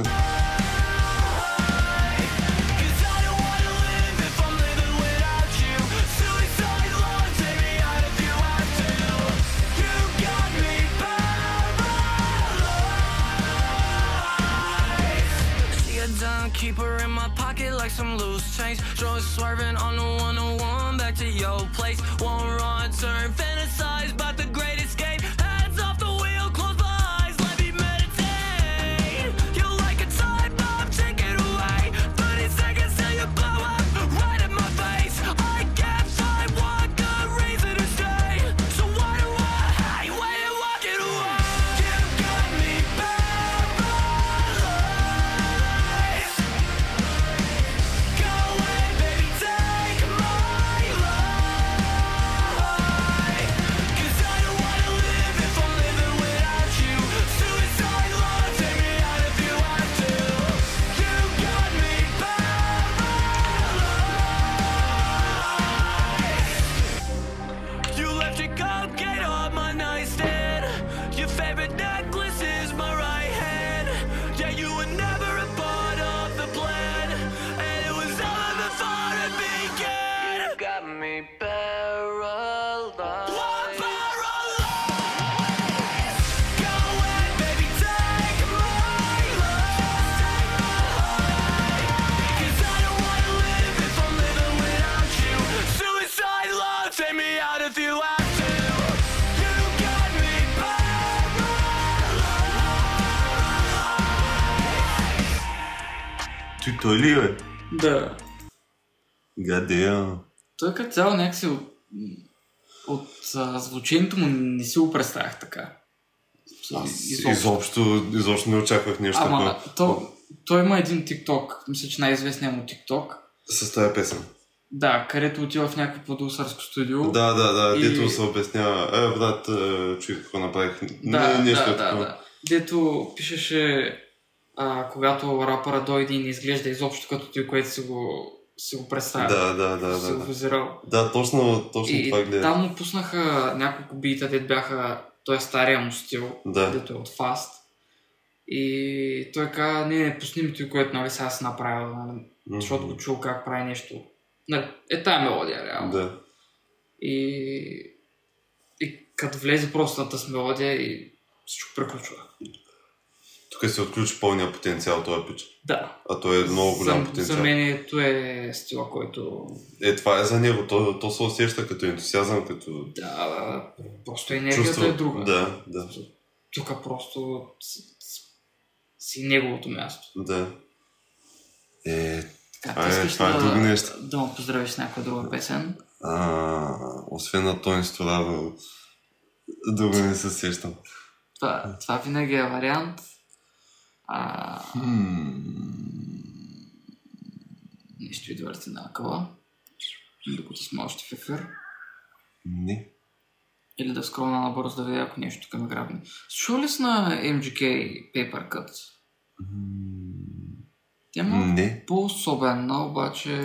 [SPEAKER 6] Cause I don't wanna live if I'm living without you. Suicide love, take me out if you have to. You got me paralyzed. She a dime keeper in my pocket like some loose change. Drugs swerving on the 101 back to your place. One wrong turn, fantasize about the great escape. Hands off the wheel, close my eyes, let me meditate. You're like a time bomb, take it away. 30 seconds till you blow up, right in my face. I can't find one good reason to stay. So why do I wait and walk it away? You got me paralyzed. Go away, baby, take my life. Cause I don't wanna
[SPEAKER 1] Той ли е?
[SPEAKER 2] Да.
[SPEAKER 1] Гадея.
[SPEAKER 2] Той като цяло някакси от, от а, звученето му не си го представях така.
[SPEAKER 1] Аз
[SPEAKER 2] Изобщо.
[SPEAKER 1] изобщо, изобщо не е. очаквах нещо
[SPEAKER 2] Ама,
[SPEAKER 1] такова.
[SPEAKER 2] то, той има един TikTok, мисля, че най-известният му TikTok,
[SPEAKER 1] С тази песен.
[SPEAKER 2] да, където отива в някакво продюсърско студио.
[SPEAKER 1] Да, да, да,
[SPEAKER 2] И-
[SPEAKER 1] дето се обяснява. Е, брат, е, чуй какво направих.
[SPEAKER 2] да,
[SPEAKER 1] не, нещо
[SPEAKER 2] да,
[SPEAKER 1] е
[SPEAKER 2] да,
[SPEAKER 1] такова.
[SPEAKER 2] да. Дето пишеше, а, когато рапъра дойде и не изглежда изобщо като ти, което си го, си го представя.
[SPEAKER 1] Да, да, да,
[SPEAKER 2] си
[SPEAKER 1] да,
[SPEAKER 2] го
[SPEAKER 1] да.
[SPEAKER 2] визирал.
[SPEAKER 1] Да, точно, точно
[SPEAKER 2] И
[SPEAKER 1] това гледах.
[SPEAKER 2] там му пуснаха няколко бита, дет бяха, той е стария му стил,
[SPEAKER 1] Да.
[SPEAKER 2] дето е от Fast. И той каза, не, не, пусни ми ти, което нали сега си направил, нали,
[SPEAKER 1] Мгм.
[SPEAKER 2] защото го чул как прави нещо. Нали, е тая мелодия, реално.
[SPEAKER 1] Да.
[SPEAKER 2] И, и като влезе простата с мелодия и всичко приключва.
[SPEAKER 1] Тук се отключи пълния потенциал този пич.
[SPEAKER 2] Да.
[SPEAKER 1] А той е много голям
[SPEAKER 2] за,
[SPEAKER 1] потенциал.
[SPEAKER 2] за мен то е стила, който
[SPEAKER 1] Е, това е за него. То, то се усеща като ентусиазъм, като
[SPEAKER 2] да, просто енергията
[SPEAKER 1] чувство.
[SPEAKER 2] е друга.
[SPEAKER 1] Да, да,
[SPEAKER 2] Тук просто си, си, си неговото място.
[SPEAKER 1] да. Е,
[SPEAKER 2] Как
[SPEAKER 1] Това
[SPEAKER 2] ти
[SPEAKER 1] е-
[SPEAKER 2] искаш
[SPEAKER 1] това е друго
[SPEAKER 2] да,
[SPEAKER 1] нещо.
[SPEAKER 2] да му поздравиш с някаква друга песен?
[SPEAKER 1] а, освен на тонство, да, друго не се сещам.
[SPEAKER 2] Това, това винаги е вариант. А, нещо идва ли ти на акъла? Докато сме още в ефир.
[SPEAKER 1] Не.
[SPEAKER 2] Или да скролна набързо да видя, ако нещо тук ме грабне. Слушал ли си на MGK Paper Cut? Тя е малко
[SPEAKER 1] Не.
[SPEAKER 2] по-особена, обаче...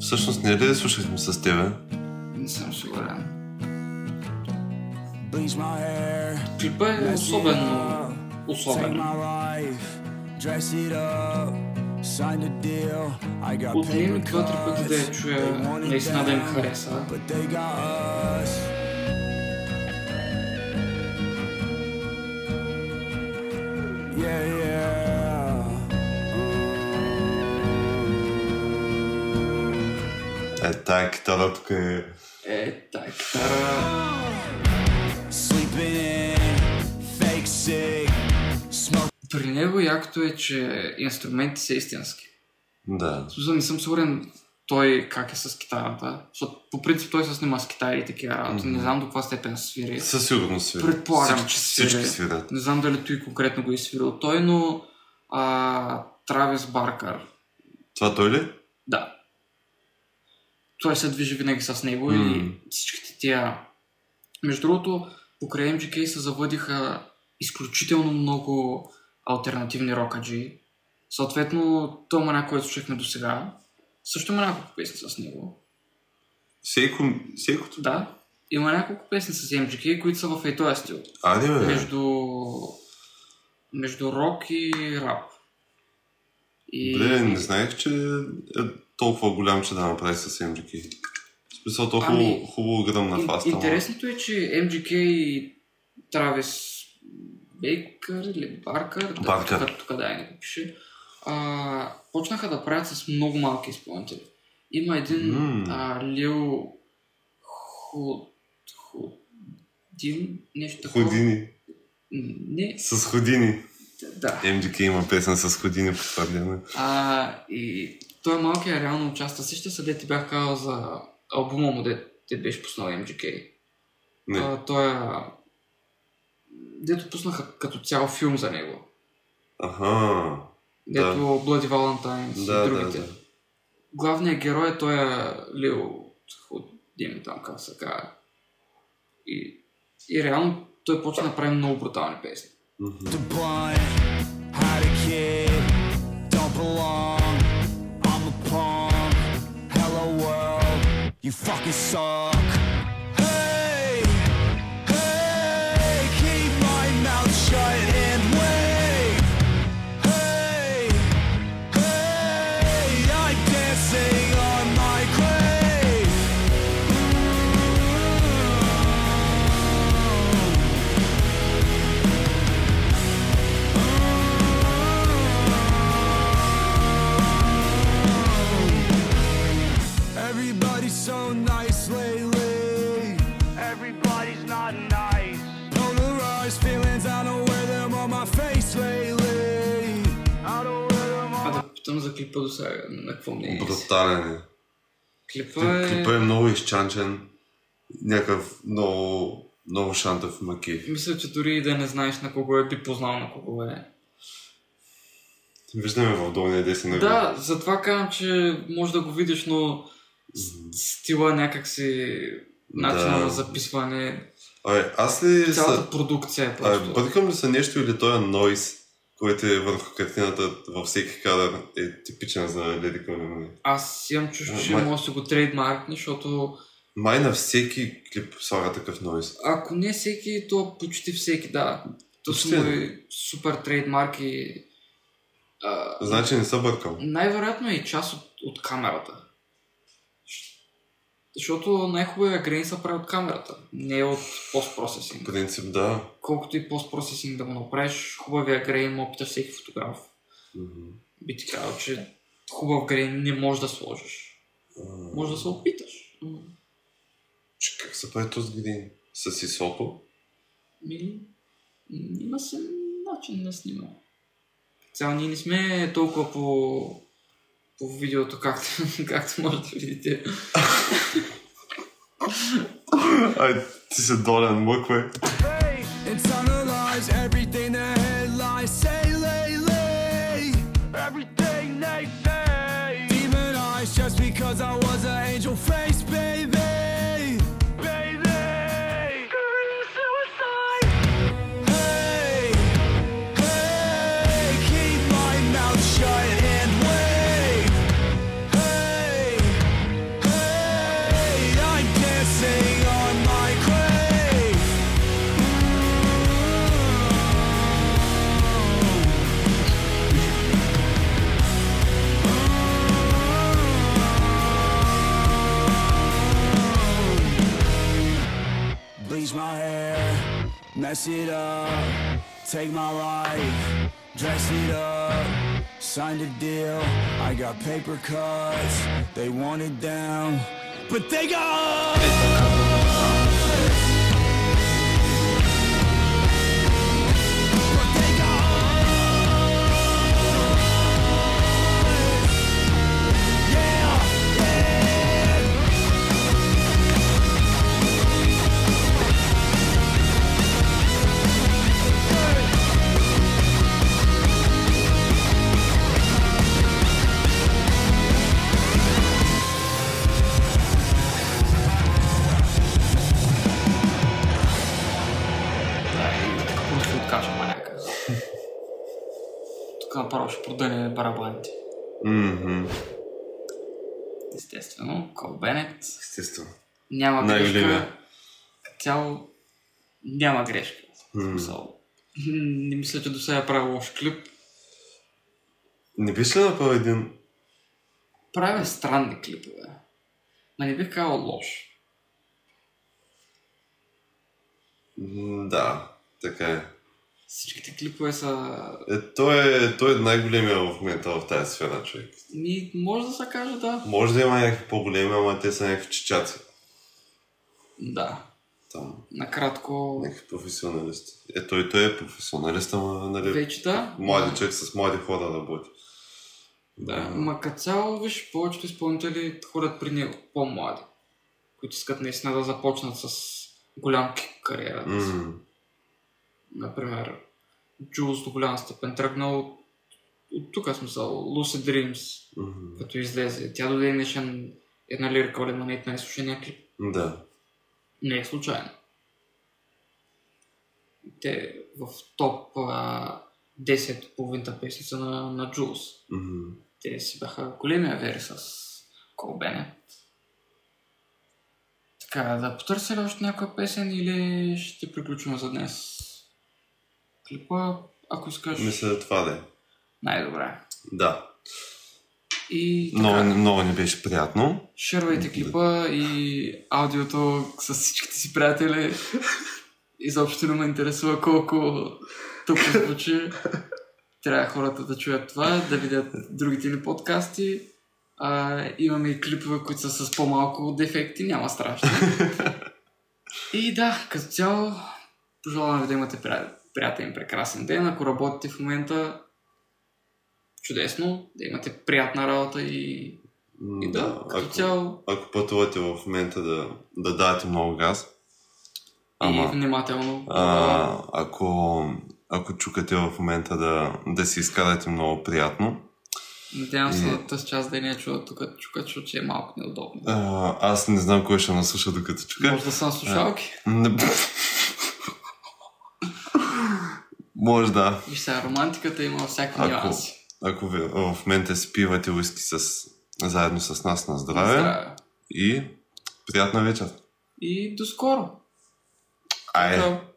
[SPEAKER 1] Всъщност не е ли да слушахме с тебе?
[SPEAKER 2] Не съм сигурен.
[SPEAKER 8] Bleach my hair,
[SPEAKER 2] Клипа е особено...
[SPEAKER 8] take
[SPEAKER 2] Особен.
[SPEAKER 8] my life, dress it up, sign the deal. I got
[SPEAKER 2] Отнеми
[SPEAKER 8] paper
[SPEAKER 2] ми два-три пъти да я
[SPEAKER 8] cuts,
[SPEAKER 2] чуя,
[SPEAKER 8] they want it
[SPEAKER 2] наистина да им
[SPEAKER 8] down,
[SPEAKER 2] хареса.
[SPEAKER 8] but they got us. Yeah, yeah.
[SPEAKER 1] Е, тая китара тук е...
[SPEAKER 2] Е, тая китара...
[SPEAKER 8] Sleeping in, fake sick, smoke.
[SPEAKER 2] При него якото е, че инструментите са истински.
[SPEAKER 1] Да.
[SPEAKER 2] В смисъл не съм сигурен той как е с китарата, защото по принцип той се снима с китари и такива работи. Не знам до каква степен свири.
[SPEAKER 1] Със сигурност свирят.
[SPEAKER 2] Предполагам,
[SPEAKER 1] всички,
[SPEAKER 2] че
[SPEAKER 1] всички
[SPEAKER 2] свирят.
[SPEAKER 1] свирят.
[SPEAKER 2] Не знам дали той конкретно го е свирил той, но а, Травис Баркър,
[SPEAKER 1] Това той ли?
[SPEAKER 2] да. Той се движи винаги с него
[SPEAKER 1] Мм.
[SPEAKER 2] и всичките тия... Между другото, покрай MGK се заводиха изключително много альтернативни рокаджи. Съответно, то мана, който слушахме до сега, също има няколко песни с него.
[SPEAKER 1] Сейко... Сейкото?
[SPEAKER 2] Да, има няколко песни с MGK, които са в ей този стил.
[SPEAKER 1] Аде, бе.
[SPEAKER 2] между, между рок и рап. И
[SPEAKER 1] Бле, не знаех, че е толкова голям, че да направи с MGK. В смисъл, то хубаво,
[SPEAKER 2] Ами,
[SPEAKER 1] хубаво гръм на
[SPEAKER 2] ин-
[SPEAKER 1] фаста. ама-
[SPEAKER 2] интересното е, че MGK и Травис Бейкър или Баркър,
[SPEAKER 1] Баркър.
[SPEAKER 2] Да, тук, тук да, не го пише, а, почнаха да правят с много малки изпълнители. Има един
[SPEAKER 1] М.
[SPEAKER 2] а, Лил Ху- Худин, нещо е такова.
[SPEAKER 1] Ходини.
[SPEAKER 2] Не,
[SPEAKER 1] С ходини.
[SPEAKER 2] да.
[SPEAKER 1] MGK има песен с ходини, потвърдена.
[SPEAKER 2] А, и той е малкият реално участва. Сеща се, де ти бях казал за албума му, де ти беше пуснал MGK.
[SPEAKER 1] Не.
[SPEAKER 2] А, той е... Дето пуснаха като цял филм за него.
[SPEAKER 1] Аха.
[SPEAKER 2] Дето Bloody Valentine
[SPEAKER 1] Да,
[SPEAKER 2] и
[SPEAKER 1] да,
[SPEAKER 2] другите.
[SPEAKER 1] да.
[SPEAKER 2] Главният герой е той е Лил Ходим там, как се казва. И, и реално той почна да прави много брутални песни.
[SPEAKER 8] The blunt, had a kid, don't belong. I'm a punk. Hello world, you fucking suck. Hey, hey, keep my mouth shut and wait. Hey, hey, I'm dancing on my grave.
[SPEAKER 2] му за клипа до сега? На какво мнение си?
[SPEAKER 1] Брутален е.
[SPEAKER 2] Клипа е...
[SPEAKER 1] Клипът е много изчанчен. Някакъв много, много шантов макив.
[SPEAKER 2] Мисля, че дори и да не знаеш на кого е, би познал на кого е.
[SPEAKER 1] Виждаме в долния десен ъгъл.
[SPEAKER 2] Да, затова казвам, че може да го видиш, но с- стила някакси, начина
[SPEAKER 1] Да.
[SPEAKER 2] на записване,
[SPEAKER 1] Абе, аз ли са...
[SPEAKER 2] цялата продукция е
[SPEAKER 1] Абе,
[SPEAKER 2] просто.
[SPEAKER 1] бъркам ли са нещо или този нойс, който е върху картината във всеки кадър е типичен за Леди нали? Калмини?
[SPEAKER 2] Аз имам чувство, че
[SPEAKER 1] Май-
[SPEAKER 2] може да си го трейдмаркне, защото
[SPEAKER 1] Май на всеки клип слага такъв нойс.
[SPEAKER 2] ако не всеки, то почти всеки, да. То
[SPEAKER 1] Почти,
[SPEAKER 2] са му и супер трейдмарки. А,
[SPEAKER 1] Значи не са бъркал.
[SPEAKER 2] най-вероятно е и част от, от камерата. Защото най-хубавия грейн се прави от камерата, не от
[SPEAKER 1] В
[SPEAKER 2] постпроцесинг.
[SPEAKER 1] принцип да.
[SPEAKER 2] Колкото и постпроцесинг да го направиш, хубавия грейн му опита всеки фотограф. Би ти казал, че хубав грейн не можеш да сложиш. Може да се опиташ. М,
[SPEAKER 1] Че как се прави този грин? С исото?
[SPEAKER 2] Мили, м, има се начин да снима. Цял ние не сме толкова по, по видеото, както, както може да видите.
[SPEAKER 1] Ай, ти си долен мък, бе.
[SPEAKER 8] It's analyze everything the headlines say lately. Everything they say. Demonized just because I was an angel face, baby. Baby. suicide. Hey, hey, keep my mouth shut and wait. Hey, hey, I'm dancing on my grave. Bleach my hair, mess it up, take my life, dress it up, signed a deal. I got paper cuts, they want it down, but they got up.
[SPEAKER 2] Тук ще откажа маняка. Тук направо ще продане барабаните.
[SPEAKER 1] Мгм.
[SPEAKER 2] Естествено, Колбенет.
[SPEAKER 1] Естествено.
[SPEAKER 2] Няма
[SPEAKER 1] Нали
[SPEAKER 2] грешка.
[SPEAKER 1] Най-големия.
[SPEAKER 2] Като Цяло няма грешка. В смисъл. Не мисля, че до сега е правил лош клип.
[SPEAKER 1] Не биш ли направил един
[SPEAKER 2] Правя странни клипове. Ма не бих казал лош.
[SPEAKER 1] М, Да, така е.
[SPEAKER 2] Всичките клипове са...
[SPEAKER 1] е той, е той е най-големия в момента в тази сфера, човек.
[SPEAKER 2] Ни, може да се каже да.
[SPEAKER 1] Може да има някакви по-големи, ама те са някакви чичаци.
[SPEAKER 2] Да.
[SPEAKER 1] Там,
[SPEAKER 2] Накратко...
[SPEAKER 1] някакви професионалисти. Е, той, той е професионалист, ама, нали,
[SPEAKER 2] Вече да.
[SPEAKER 1] млади човек с млади хора работи.
[SPEAKER 2] Да. Ма като цяло, виж, повечето изпълнители ходят при него, по-млади, които искат наистина да започнат с голям кик кариерата. Mm.
[SPEAKER 1] М,
[SPEAKER 2] Например, Джулс до голям степен тръгнал от, от тук, в смисъл, Lucy Dreams,
[SPEAKER 1] м,
[SPEAKER 2] като излезе. Тя до ден днешен една лирика Lemonade на изслушания клип.
[SPEAKER 1] Да.
[SPEAKER 2] Не е случайно. Те в топ а, 10 половинта песница на, на Джулс.
[SPEAKER 1] М,
[SPEAKER 2] Те си бяха големи авери с Колбене. Така, да потърся ли още някоя песен или ще приключим за днес? Клипа, ако искаш,
[SPEAKER 1] Мисля, това да е.
[SPEAKER 2] най-добре.
[SPEAKER 1] Да.
[SPEAKER 2] И така,
[SPEAKER 1] Много, много ни беше приятно.
[SPEAKER 2] шервайте клипа и аудиото с всичките си приятели. Изобщо не ме интересува колко тъпо звучи. Трябва хората да чуят това, да видят другите ни подкасти. А, имаме и клипове, които са с по-малко дефекти, няма страшно. И да, като цяло, пожелавам ви да имате прия- приятен и прекрасен ден. Ако работите в момента, чудесно, да имате приятна работа и,
[SPEAKER 1] М,
[SPEAKER 2] и да, като
[SPEAKER 1] ако,
[SPEAKER 2] цяло.
[SPEAKER 1] ако пътувате в момента да, да давате много газ, ама...
[SPEAKER 2] И внимателно.
[SPEAKER 1] А, ако, ако чукате в момента да, да си изкарате много приятно,
[SPEAKER 2] Надявам се
[SPEAKER 1] и-
[SPEAKER 2] да тази част да не я чува тук, чука, защото ще е малко неудобно.
[SPEAKER 1] а, аз не знам кой ще наслуша докато чука.
[SPEAKER 2] Може да са на слушалки
[SPEAKER 1] Не- Може да.
[SPEAKER 2] и сега романтиката има всякакви
[SPEAKER 1] Ако-
[SPEAKER 2] нюанси.
[SPEAKER 1] Ако ви, в момента си пивате уиски с, заедно с нас на здраве,
[SPEAKER 2] Здраве.
[SPEAKER 1] и приятна вечер.
[SPEAKER 2] И до скоро.
[SPEAKER 1] Айде.
[SPEAKER 2] Чао.